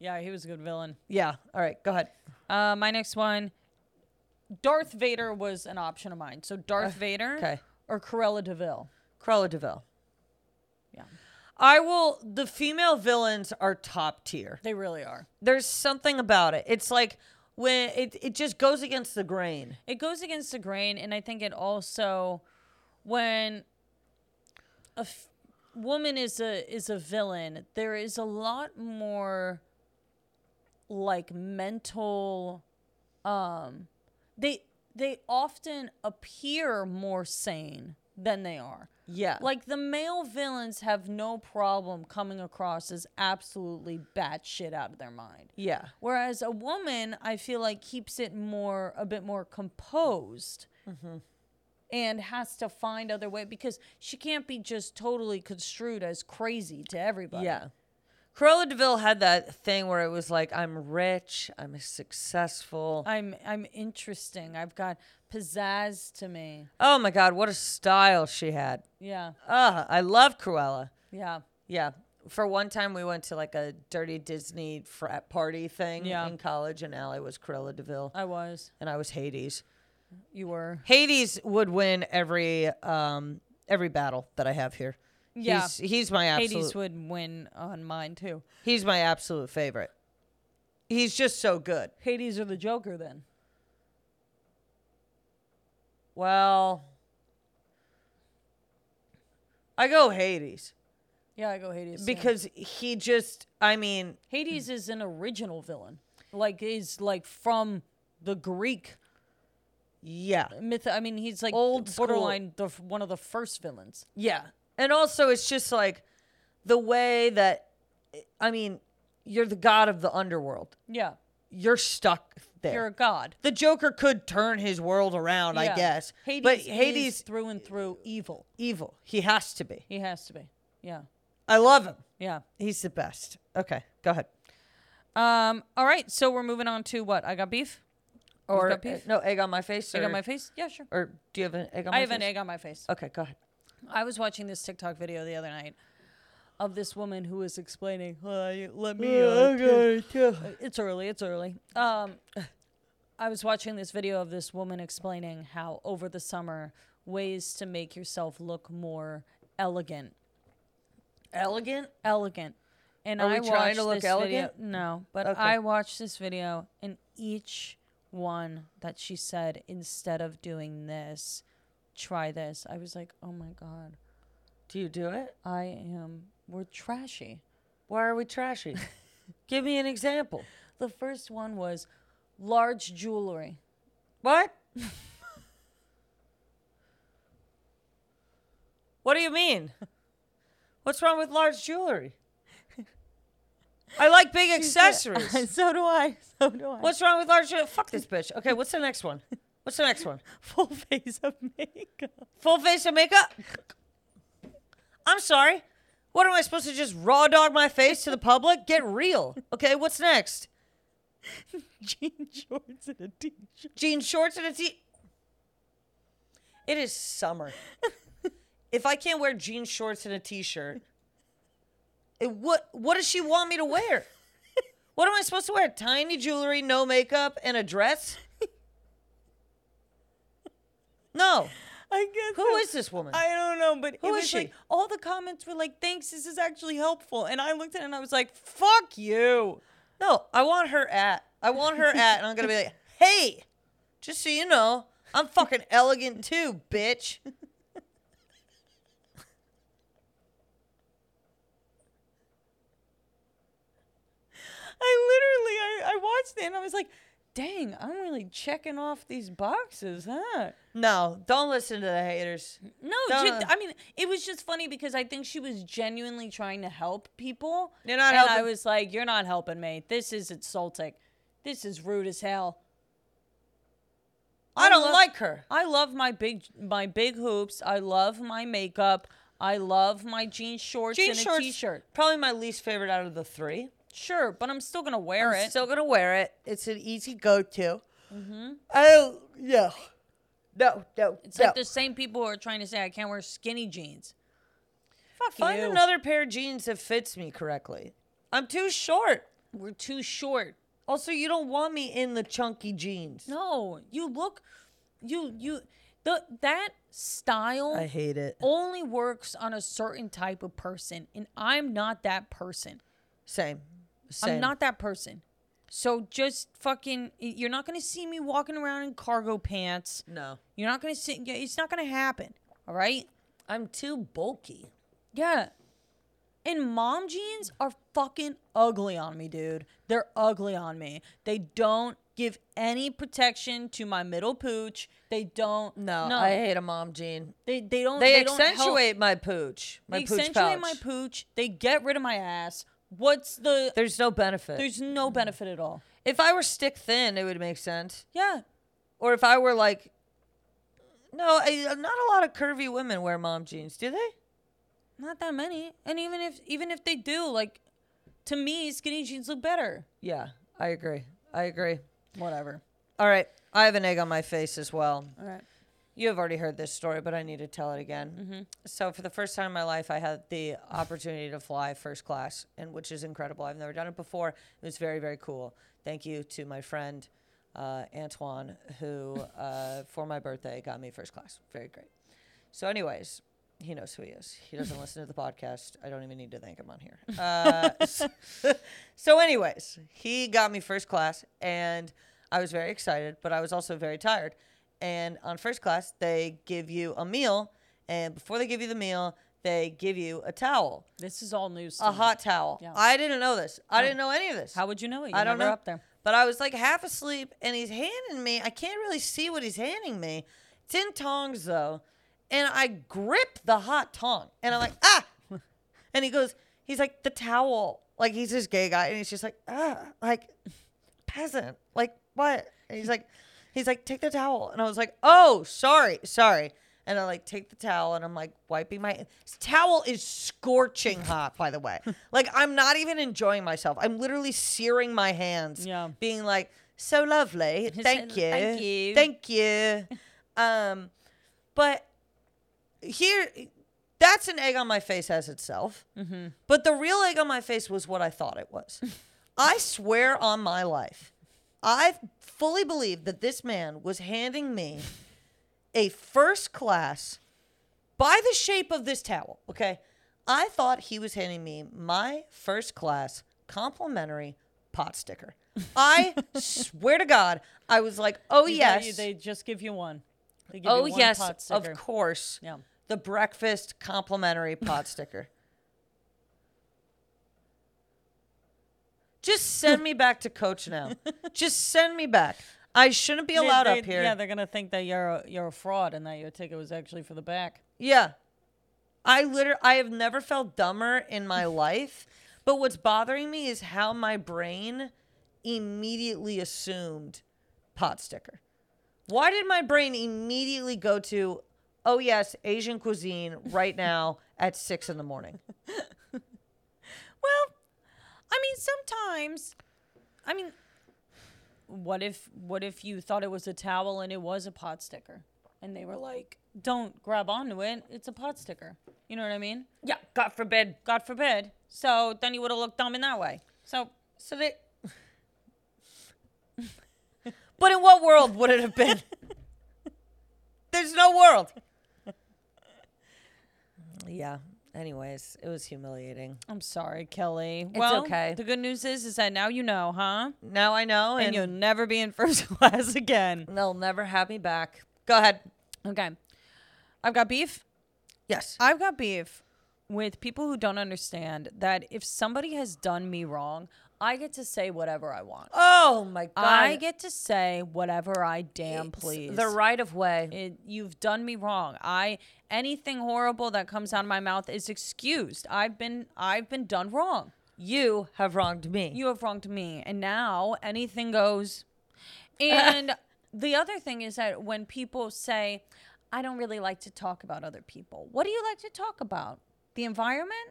Yeah, he was a good villain. Yeah. All right, go ahead. Uh, my next one Darth Vader was an option of mine. So Darth Vader okay. or Corella DeVille. Cruella Deville. Yeah. I will. The female villains are top tier. They really are. There's something about it. It's like when it it just goes against the grain. It goes against the grain. And I think it also, when a f- woman is a is a villain, there is a lot more like mental um they they often appear more sane than they are. Yeah. Like Like the male villains have no problem coming across as absolutely batshit out of their mind. yeah. Whereas a woman, I feel like keeps it more a bit more composed Mm-hmm. and has to find other way because she can't be just totally construed as crazy to everybody. Yeah. Cruella Deville had that thing where it was like, I'm rich, I'm successful. I'm I'm interesting. I've got pizzazz to me. Oh my God, what a style she had. Yeah. Ugh, I love Cruella. Yeah. Yeah. For one time, we went to like a dirty Disney frat party thing Yeah. in college, and Allie was Cruella Deville, I was. and I was Hades. You were. Hades would win every um every battle that I have here. Yeah. He's, he's my absolute Hades would win on mine too. he's my absolute favorite. He's just so good. Hades or the Joker then. Well, I go Hades Yeah, I go Hades. too. because he just I mean, Hades is an original villain. Like is like from the Greek yeah. myth. I mean, he's like Old old borderline the, f- one of the first villains. Yeah. And also, it's just like the way that, I mean, you're the god of the underworld. Yeah, You're stuck there. you're a god. the Joker could turn his world around, I Yeah. guess. Hades but is Hades through and through evil. evil. He has to be. He has to be. Yeah, I love him. yeah. He's the best. Okay, go ahead. Um. All right. So we're moving on to what? I got beef. Or got beef? uh, no egg on my face. Or, Egg on my face. Yeah, sure. Or do you have an egg on my I have face? an egg on my face. Okay, go ahead. I was watching this TikTok video the other night of this woman who was explaining, "Uh, you- "Let me uh, kill it's early. It's early. Um, I was watching this video of this woman explaining how over the summer ways to make yourself look more elegant, Elegant. elegant. And Are we I trying to watched look this elegant? Video, no, but Okay. I watched this video, and each one that she said instead of doing this, try this. I was like, oh my god, Do you do it? I am. We're trashy. Why are we *laughs* trashy? Give me an example. The first one was large jewelry. What? what do you mean? What's wrong with large jewelry? I like big accessories. *laughs* so do I. So do I. What's wrong with large jewelry? Fuck this bitch. Okay, what's the next one? What's the next one? full *laughs* face of makeup? *laughs* Full face of makeup? I'm sorry. What am I supposed to just raw dog my face to the public? Get real. Okay, what's next? Jean shorts and a t-shirt. *laughs* jean shorts and a tee. It is summer. if I can't wear jean shorts and a t-shirt, it, what what does she want me to wear? What am I supposed to wear? Tiny jewelry, no makeup, and a dress? No. I guess Who is this woman? I don't know, but Who it is was like she? all the comments were like, "Thanks, this is actually helpful," and I looked at it and I was like, "Fuck you." No, I want her at. I want her at, and I'm gonna be *laughs* like, hey, just so you know, I'm fucking elegant too, bitch. I literally, I, I watched it and I was like, "Dang, I'm really checking off these boxes, huh?" No, don't listen to the haters. No, Duh. gen- I mean, it was just funny because I think she was genuinely trying to help people. You're not and I helping. was like, "You're not helping me. This is insulting. This is rude as hell." I don't love- like her. I love my big my big hoops. I love my makeup. I love my jean shorts jean and shorts, a t-shirt. Probably my least favorite out of the three. Sure, but I'm still gonna wear I'm it. still gonna wear it. It's an easy go-to. Oh yeah, no, no, Mm-hmm. it's no. like the same people who are trying to say I can't wear skinny jeans. Fuck Find you. another pair of jeans that fits me correctly. I'm too short. We're too short. Also, you don't want me in the chunky jeans. No, you look, you you the that style I hate it. only works on a certain type of person, and I'm not that person. Same, same. I'm not that person. So just fucking, you're not gonna see me walking around in cargo pants. No, You're not gonna see. yeah, It's not gonna happen. All right. I'm too bulky. Yeah. And mom jeans are fucking ugly on me, dude. They're ugly on me. They don't give any protection to my middle pooch. They don't. No, I hate a mom jean. they they don't. They, don't help. accentuate my pooch. My They pooch pouch. accentuate my pooch. They get rid of my ass. What's the? There's no benefit. There's no benefit at all. if I were stick thin, it would make sense. Yeah. or if I were like, no, I, not a lot of curvy women wear mom jeans, do they? Not that many. And even if even if they do, like, to me, skinny jeans look better. Yeah, I agree. I agree. Whatever. All right, I have an egg on my face as well. All right. You have already heard this story, but I need to tell it again. So, for the first time in my life, I had the opportunity to fly first class, and which is incredible. I've never done it before. It was very, very cool. Thank you to my friend uh, Antoine, who uh, for my birthday got me first class. Very great. So, anyways, he knows who he is. He doesn't listen to the podcast. I don't even need to thank him on here. Uh, *laughs* s- so, anyways, he got me first class, and I was very excited, but I was also very tired. And on first class, they give you a meal, and before they give you the meal, they give you a towel, This is all news. To a me. hot towel. Mm. Yeah. I didn't know this. I didn't know any of this. How would you know it? You're I don't never know. Up there. But I was like half asleep, and he's handing me. I can't really see what he's handing me. It's in tongs though, and I grip the hot tong, and I'm like ah, and he goes, he's like the towel, like he's this gay guy, and he's just like ah, like peasant, like what? And he's like, he's like take the towel, and I was like oh sorry sorry. And I like take the towel and I'm like wiping my this towel is scorching hot by the way. Like I'm not even enjoying myself. I'm literally searing my hands Yeah. being like, so lovely. Thank you. Thank you. Thank you. Um, but here, that's an egg on my face as itself. But the real egg on my face was what I thought it *laughs* was. I swear on my life, I fully believe that this man was handing me a first class by the shape of this towel. Okay. *laughs* I thought he was handing me my first class complimentary pot sticker. I swear to God, I was like, oh, You know, yes. you- they just give you one. They give you oh, one pot yes. Of sticker. course. Yeah. The breakfast complimentary pot sticker. Just send me back to coach now. *laughs* Just send me back. I shouldn't be They- allowed they- up here. Yeah, they're gonna think that you're a, you're a fraud and that your ticket was actually for the back. Yeah. I literally I have never felt dumber in *laughs* my life, but what's bothering me is how my brain immediately assumed pot sticker. Why did my brain immediately go to oh yes, Asian cuisine *laughs* right now at 6 in the morning? Well, I mean, sometimes, I mean, what if what if you thought it was a towel and it was a pot sticker, and they were like, "Don't grab onto it; it's a pot sticker." You know what I mean? Yeah, god forbid. God forbid. So then you would have looked dumb in that way. So So they But in what world would it have *laughs* been? There's no world. Yeah. Anyways, it was humiliating. I'm sorry, Kelly. It's well, okay. The good news is, is that now you know, huh? Now I know, And and, you'll never be in *laughs* first class again. they'll never have me back. Go ahead. Okay. I've got beef. Yes. I've got beef with people who don't understand that if somebody has done me wrong, I get to say whatever I want. Oh my god. I get to say whatever I damn It's please. The right of way. It, you've done me wrong. I anything horrible that comes out of my mouth is excused. I've been I've been done wrong. You have wronged me. You have wronged me, and now anything goes. And *laughs* the other thing is that when people say, "I don't really like to talk about other people," what do you like to talk about? The environment?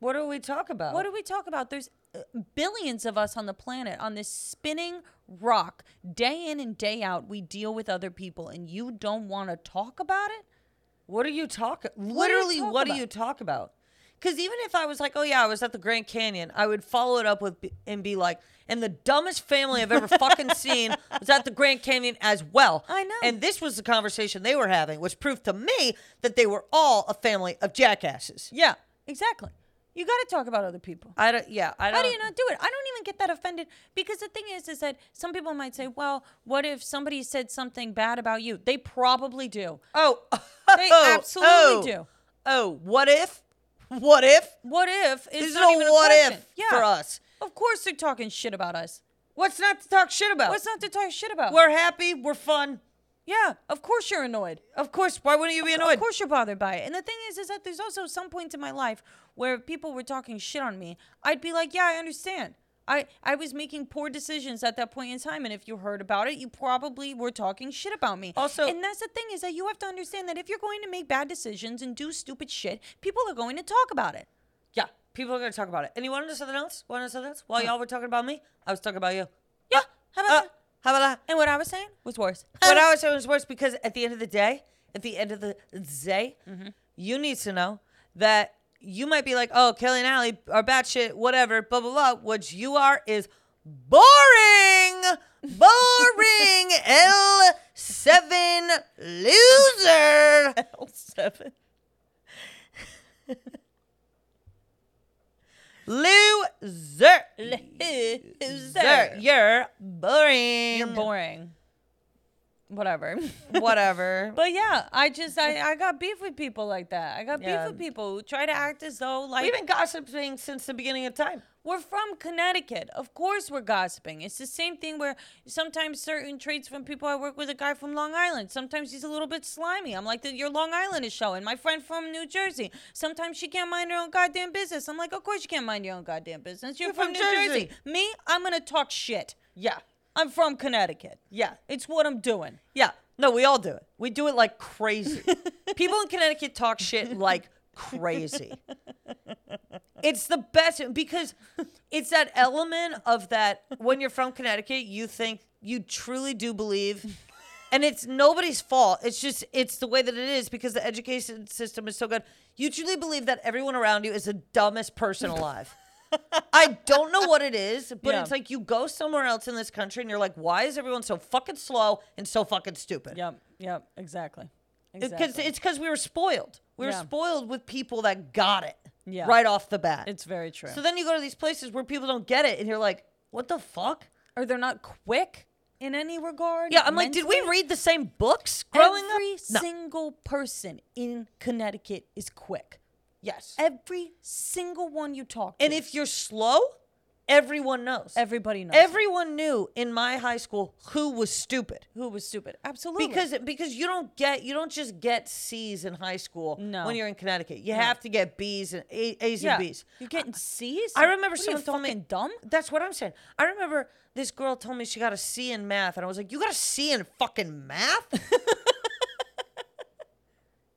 what do we talk about? What do we talk about? There's uh, billions of us on the planet on this spinning rock. Day in and day out, we deal with other people, and you don't want to talk about it? What are you talking? do you Literally, talk what do about? you talk about? Because even if I was like, oh yeah, I was at the Grand Canyon, I would follow it up with b- and be like, and the dumbest family I've ever *laughs* fucking seen was at the Grand Canyon as well. I know. And this was the conversation they were having, which proved to me that they were all a family of jackasses. Yeah, exactly. You got to talk about other people. I don't. Yeah. I don't. How do you not do it? I don't even get that offended because the thing is, is that some people might say, "Well, what if somebody said something bad about you?" They probably do. Oh, *laughs* They oh, absolutely oh, do. Oh, what if? What if? What if? It's This is not a even a what question. if yeah. for us. Of course, they're talking shit about us. What's not to talk shit about? What's not to talk shit about? we're happy. We're fun. yeah, of course you're annoyed. Of course. Why wouldn't you be Of annoyed? course you're bothered by it. And the thing is, is that there's also some points in my life where people were talking shit on me. I'd be like, yeah, I understand. I, I was making poor decisions at that point in time, and if you heard about it, you probably were talking shit about me. Also- and that's the thing is that you have to understand that if you're going to make bad decisions and do stupid shit, people are going to talk about it. Yeah, people are gonna talk about it. And you want to know something else? Want to know something else? While y'all were talking about me, I was talking about you. Yeah, how about Uh, that? how about that? And what I was saying was worse. *laughs* What *laughs* I was saying was worse because at the end of the day, at the end of the day, Mm-hmm. you need to know that you might be like, oh, Kelly and Allie are batshit, whatever, blah, blah, blah. What you are is boring, *laughs* boring L7 loser. *laughs* Seven. Loser. Loser. You're boring. You're boring. Whatever. *laughs* *laughs* Whatever. But yeah, I just I, I got beef with people like that. I got Yeah. beef with people who try to act as though like We've been gossiping since the beginning of time. we're from Connecticut. Of course we're gossiping. It's the same thing where sometimes certain traits from people I work with a guy from Long Island. Sometimes he's a little bit slimy. I'm like, your Long Island is showing. My friend from New Jersey. Sometimes she can't mind her own goddamn business. I'm like, of course you can't mind your own goddamn business. You're, from, New Jersey. Me, I'm gonna talk shit. Yeah. I'm from Connecticut. Yeah. It's what I'm *laughs* doing. Yeah. No, we all do it. We do it like crazy. People in Connecticut talk shit like crazy. It's the best because it's that element of that when you're from Connecticut, you think you truly do believe. And it's nobody's fault. It's just it's the way that it is because the education system is so good. You truly believe that everyone around you is the dumbest person alive. I don't know what it is, but Yeah. it's like you go somewhere else in this country and you're like, why is everyone so fucking slow and so fucking stupid? Yep. Yep. Exactly. Because it's because we were spoiled. We were Yeah. spoiled with people that got it Yeah. right off the bat. It's very true. so then you go to these places where people don't get it, and you're like, what the fuck? or they're not quick in any regard. Yeah, I'm like, did we mentally. read the same books growing Every up? No. single person in Connecticut is quick. Yes. Every single one you talk to. And if you're slow, everyone knows. everybody knows Everyone knew in my high school who was stupid. who was stupid. Absolutely. Because because you don't get you don't just get C's in high school No. when you're in Connecticut. You have to get B's and A- A's yeah, and B's. you're getting C's. I remember What are you, someone told me- fucking dumb. That's what I'm saying. I remember this girl told me she got a C in math, and I was like, "You got a C in fucking *laughs* math?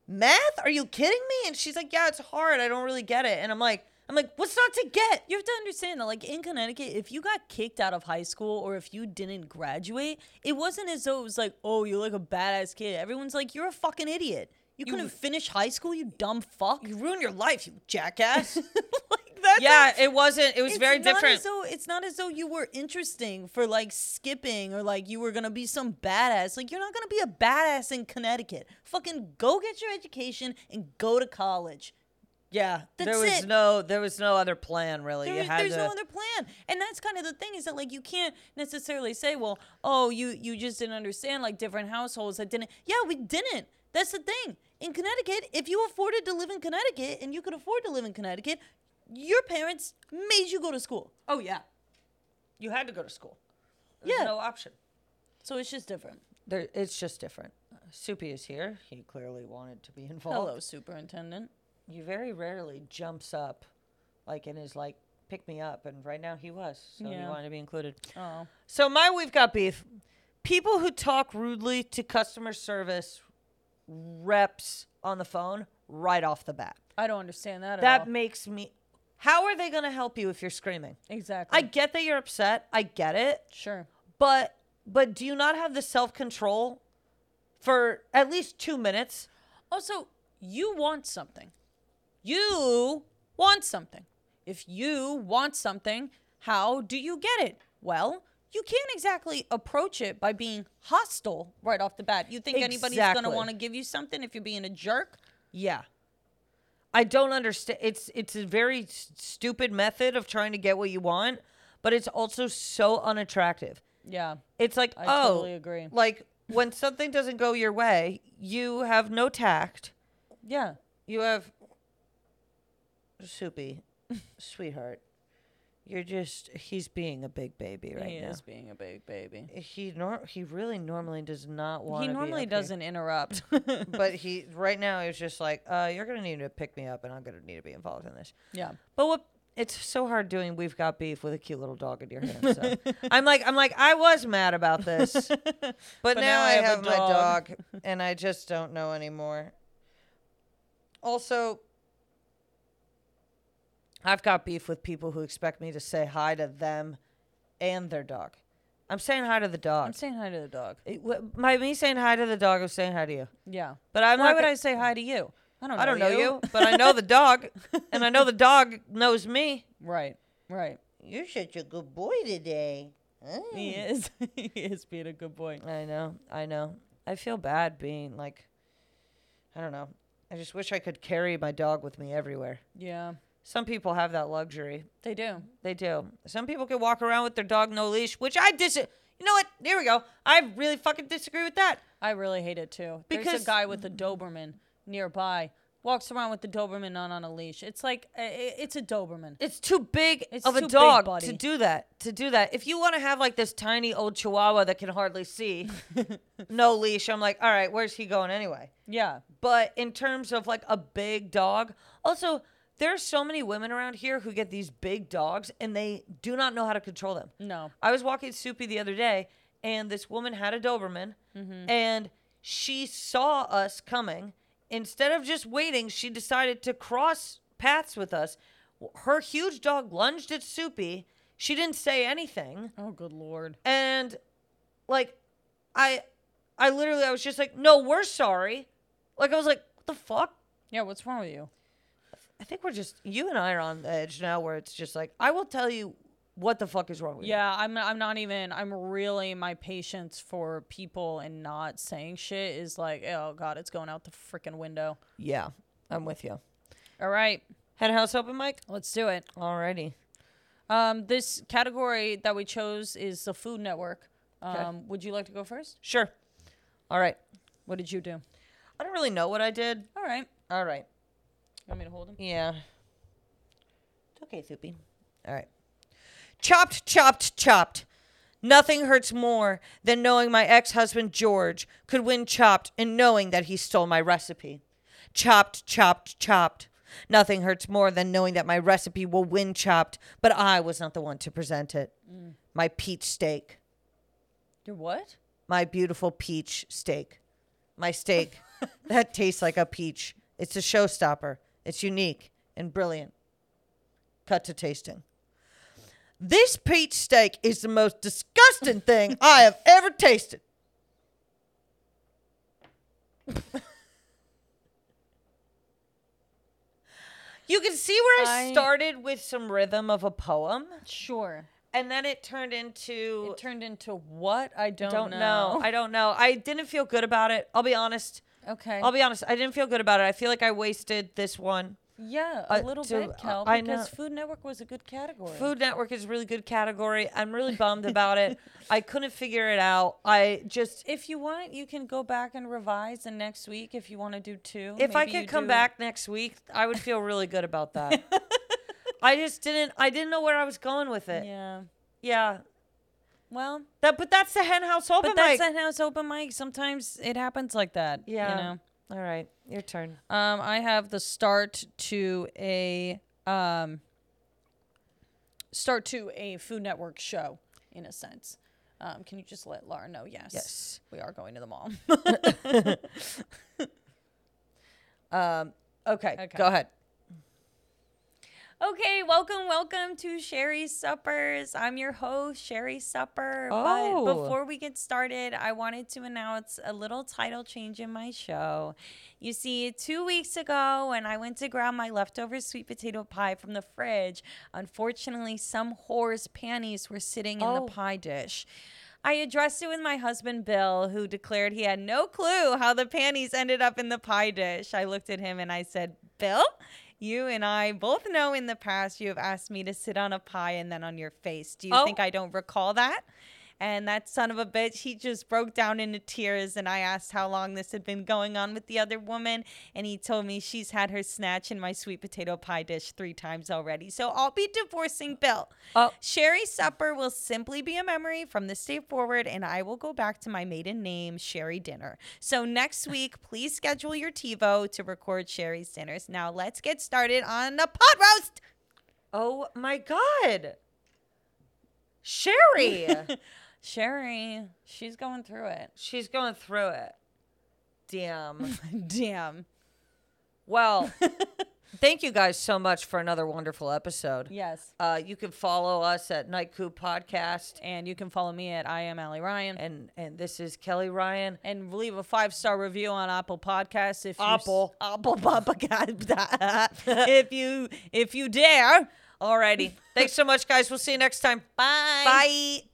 math? Are you kidding me?" And she's like, "Yeah, it's hard. I don't really get it." And I'm like, "I'm like, what's not to get?" You have to understand that, like in Connecticut, if you got kicked out of high school or if you didn't graduate, it wasn't as though it was like, "Oh, you're like a badass kid." Everyone's like, "You're a fucking idiot. You, couldn't finish high school, you dumb *laughs* fuck." You ruin your life, you *laughs* jackass. like that. yeah, it wasn't. It was it's very not different. As though, it's not as though you were interesting for like skipping or like you were gonna be some badass. Like you're not gonna be a badass in Connecticut. Fucking go get your education and go to college. yeah, there That's was it. no, there was no other plan really. There you is- had there's to. no other plan, and that's kind of the thing is that like you can't necessarily say, well, oh, you you just didn't understand like different households that didn't. Yeah, we didn't. That's the thing. In Connecticut, if you afforded to live in Connecticut and you could afford to live in Connecticut, your parents made you go to school. oh yeah, you had to go to school. There was Yeah. no option. So it's just different. There, it's just different. Soupy is here. He clearly wanted to be *laughs* involved. Hello, superintendent. He very rarely jumps up, like and is like, "Pick me up," and right now he was, so he Yeah. wanted to be included. Oh, So my we've got beef. People who talk rudely to customer service reps on the phone right off the bat. I don't understand that. At That all. makes me. How are they going to help you if you're screaming? exactly. I get that you're upset. I get it. sure. But but do you not have the self control for at least two minutes? Also, you want something. You want something. If you want something, how do you get it? Well, you can't exactly approach it by being hostile right off the bat. You think anybody's going to Exactly. want to give you something if you're being a jerk? Yeah. I don't understand. It's it's a very s- stupid method of trying to get what you want, but it's also so unattractive. Yeah. It's like, I oh, totally agree. Like when something doesn't go your way, you have no tact. Yeah. You have soupy, sweetheart. You're just he's being a big baby right he now. is being a big baby. He nor- he really normally does not want. He to normally doesn't *laughs* interrupt. but he right now is just like, uh, you're gonna need to pick me up, and I'm gonna need to be involved in this. yeah. But what it's so hard doing we've got beef with a cute little dog in your hand. *laughs* So I'm like I'm like I was mad about *laughs* this. *laughs* But, now, I have, a my dog. dog and I just don't know anymore. Also I've got beef with people who expect me to say hi to them and their dog. I'm saying hi to the I'm dog. saying hi to the dog. It- wh- By me saying hi to the dog, I'm saying hi to you. Yeah. But I'm Why not would gonna- I say hi to you? I don't know. I don't know you, but I know the dog, and I know *laughs* the dog knows me. Right. Right. You're such a good boy today. Mm. He is. *laughs* he is being a good boy. I know. I know. I feel bad being like, I don't know. I just wish I could carry my dog with me everywhere. Yeah, Some people have that luxury. they do. They do. Some people can walk around with their dog no leash, which I dis. You know what? Here we go. I really fucking disagree with that. I really hate it too. There's Because- a guy with a Doberman nearby walks around with the Doberman not on a leash. It's like i- i- it's a Doberman. It's too big It's of a too big, dog to buddy. do that. To do that, if you want to have like this tiny old Chihuahua that can hardly *laughs* see, no leash, I'm like, all right, where's he going anyway? Yeah, But in terms of like a big dog, also there are so many women around here who get these big dogs and they do not know how to control them. no. I was walking Soupy the other day, and this woman had a Doberman, and she saw us coming. Instead of just waiting, she decided to cross paths with us. W- Her huge dog lunged at Soupy. She didn't say anything, Oh, good lord. and like, I, I literally, I was just like, "No, we're sorry." Like I was like, "What the fuck." Yeah, what's wrong with you? I think we're just you and I are on the edge now, where it's just like I will tell you what the fuck is wrong with you. Yeah, I'm. I'm not even. I'm really my patience for people and not saying shit is like, oh god, it's going out the freaking window. yeah, I'm with you. All right, Head house open mic. let's do it. Alrighty. Um, this category that we chose is the Food Network. Um, Would you like to go first? Sure. All right. What did you do? I don't really know what I did. All right. All right. Want me to hold him? Yeah. It's okay, Soupy. All right. Chopped, chopped, chopped. Nothing hurts more than knowing my ex husband George could win chopped and knowing that he stole my recipe. Chopped, chopped, chopped. Nothing hurts more than knowing that my recipe will win chopped, but I was not the one to present it. My peach steak. Your what? My beautiful peach steak. My *laughs* steak that tastes like a peach. It's a showstopper. It's unique and brilliant. Cut to tasting. This peach steak is the most disgusting thing *laughs* I have ever tasted. *laughs* you can see where I, I- started with some rhythm of a poem, Sure. and then it turned into It turned into what? I don't, don't know. I don't know. I didn't feel good about it. I'll be honest. *laughs* okay. I'll be honest. I didn't feel good about it. I feel like I wasted this one. yeah, a uh, little to- bit, Cal. I because know- Food Network was a good category. Food Network is a really good category. I'm really *laughs* bummed about it. I couldn't figure it out. I just If you want, you can go back and revise. And next week, if you want to do two, if I maybe could you come do- back next week, I would feel really good *laughs* about that. I just didn't I didn't know where I was going with it. Yeah. Yeah. Well, That but that's the hen house open but that's mic. a house open mic. Sometimes it happens like that. Yeah. You know. All right. Your turn. Um, I have the start to a um, start to a Food Network show, in a sense. Um, can you just let Laura know? Yes. Yes. We are going to the mall. Um okay, Okay. go ahead. okay, welcome, welcome to Sherry Suppers. I'm your host, Sherry Supper. Oh. But before we get started, I wanted to announce a little title change in my show. You see, two weeks ago, when I went to grab my leftover sweet potato pie from the fridge, unfortunately, some whore's panties were sitting in Oh. the pie dish. I addressed it with my husband, Bill, who declared he had no clue how the panties ended up in the pie dish. I looked at him and I said, Bill, you and I both know in the past you have asked me to sit on a pie and then on your face. Do you Oh. think I don't recall that? And that son of a bitch, he just broke down into tears. And I asked how long this had been going on with the other woman. And he told me she's had her snatch in my sweet potato pie dish three times already. So I'll be divorcing Bill. Oh. Sherry Supper will simply be a memory from this day forward. And I will go back to my maiden name, Sherry Dinner. So *laughs* next week, please schedule your TiVo to record Sherry's Dinners. Now let's get started on the pod roast. Oh my god. Sherry. *laughs* Sherry, she's going through it. She's going through it. Damn. *laughs* Damn. Well, thank you guys so much for another wonderful episode. Yes. Uh, you can follow us at Night Coup Podcast, And you can follow me at I am Allie Ryan. and and this is Kelly Ryan. And leave a five star review on Apple Podcasts if Apple. you Apple Podcast. *laughs* if you if you dare. Alrighty, thanks so much, guys. We'll see you next time. Bye. Bye.